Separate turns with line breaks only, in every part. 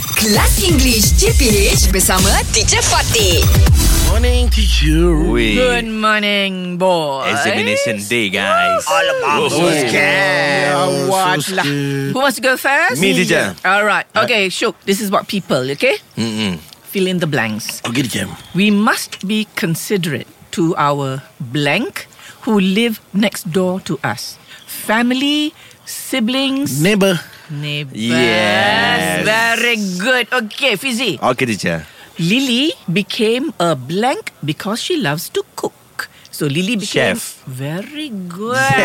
Kelas English CPH bersama Teacher Fatih.
Morning, teacher.
Weh,
Good morning, boy.
examination day, guys.
I'm so
Oh.
scared. I'm
What
so
lah?
scared.
Who wants to go first?
Me, teacher.
All right. Okay, Shuk. This is what people. Okay,
Mm-mm.
fill in the blanks.
Okay, teacher.
We must be considerate to our blank who live next door to us. Family, siblings,
Neighbor.
neighbors.
Yes.
Very good. Okay, Fizzy.
Okay, teacher.
Lily became a blank because she loves to cook. So Lily became
Chef.
very good.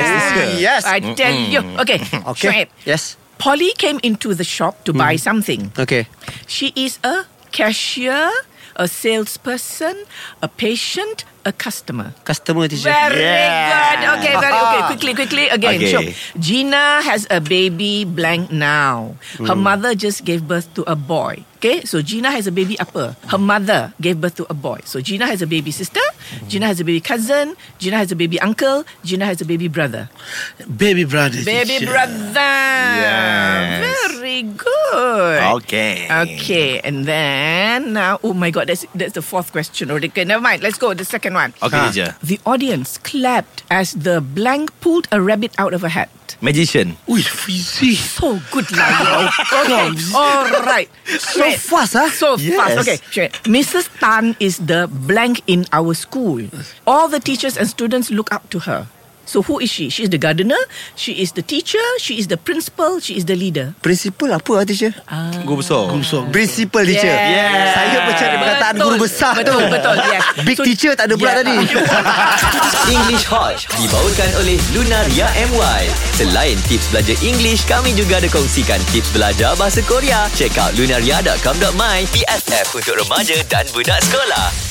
Yes,
yes.
I tell you. Okay. Okay.
Yes.
Polly came into the shop to buy something.
Okay.
She is a cashier, a salesperson, a patient, a customer.
Customer teacher.
Very
Yeah.
good. Okay, very okay. Quickly, quickly again.
Okay.
Sure. Gina has a baby blank now.
Hmm.
Her mother just gave birth to a boy. Okay, so Gina has a baby upper. Her mother gave birth to a boy. So Gina has a baby sister. Gina has a baby cousin. Gina has a baby uncle. Gina has a baby brother.
Baby brother.
Baby
teacher.
brother.
Yes.
Very good.
Okay.
Okay, and then now, oh my God, that's that's the fourth question already. Okay, never mind. Let's go the second one.
Okay, teacher.
The audience clapped as the blank pulled a rabbit out of a hat.
Magician.
Ui, fizzy.
So good, Laya. okay, all right. So
fast, huh?
So
Yes.
fast. ah? Okay, sure. Mrs. Tan is the blank in our school. All the teachers and students look up to her. So who is she? She is the gardener. She is the teacher. She is the principal. She is the leader.
Principal apa ah, teacher?
Go besar. Go besar.
Principal teacher.
Yes.
Saya percaya perkataan
Betul.
guru besar
betul,
tu.
Betul, yes. ya.
Big teacher tak Ya, ada pula
Yeah.
tadi.
English Hot dibawakan oleh Lunaria MY. Selain tips belajar English, kami juga ada kongsikan tips belajar bahasa Korea. Check out lunaria.com.my, PFF untuk remaja dan budak sekolah.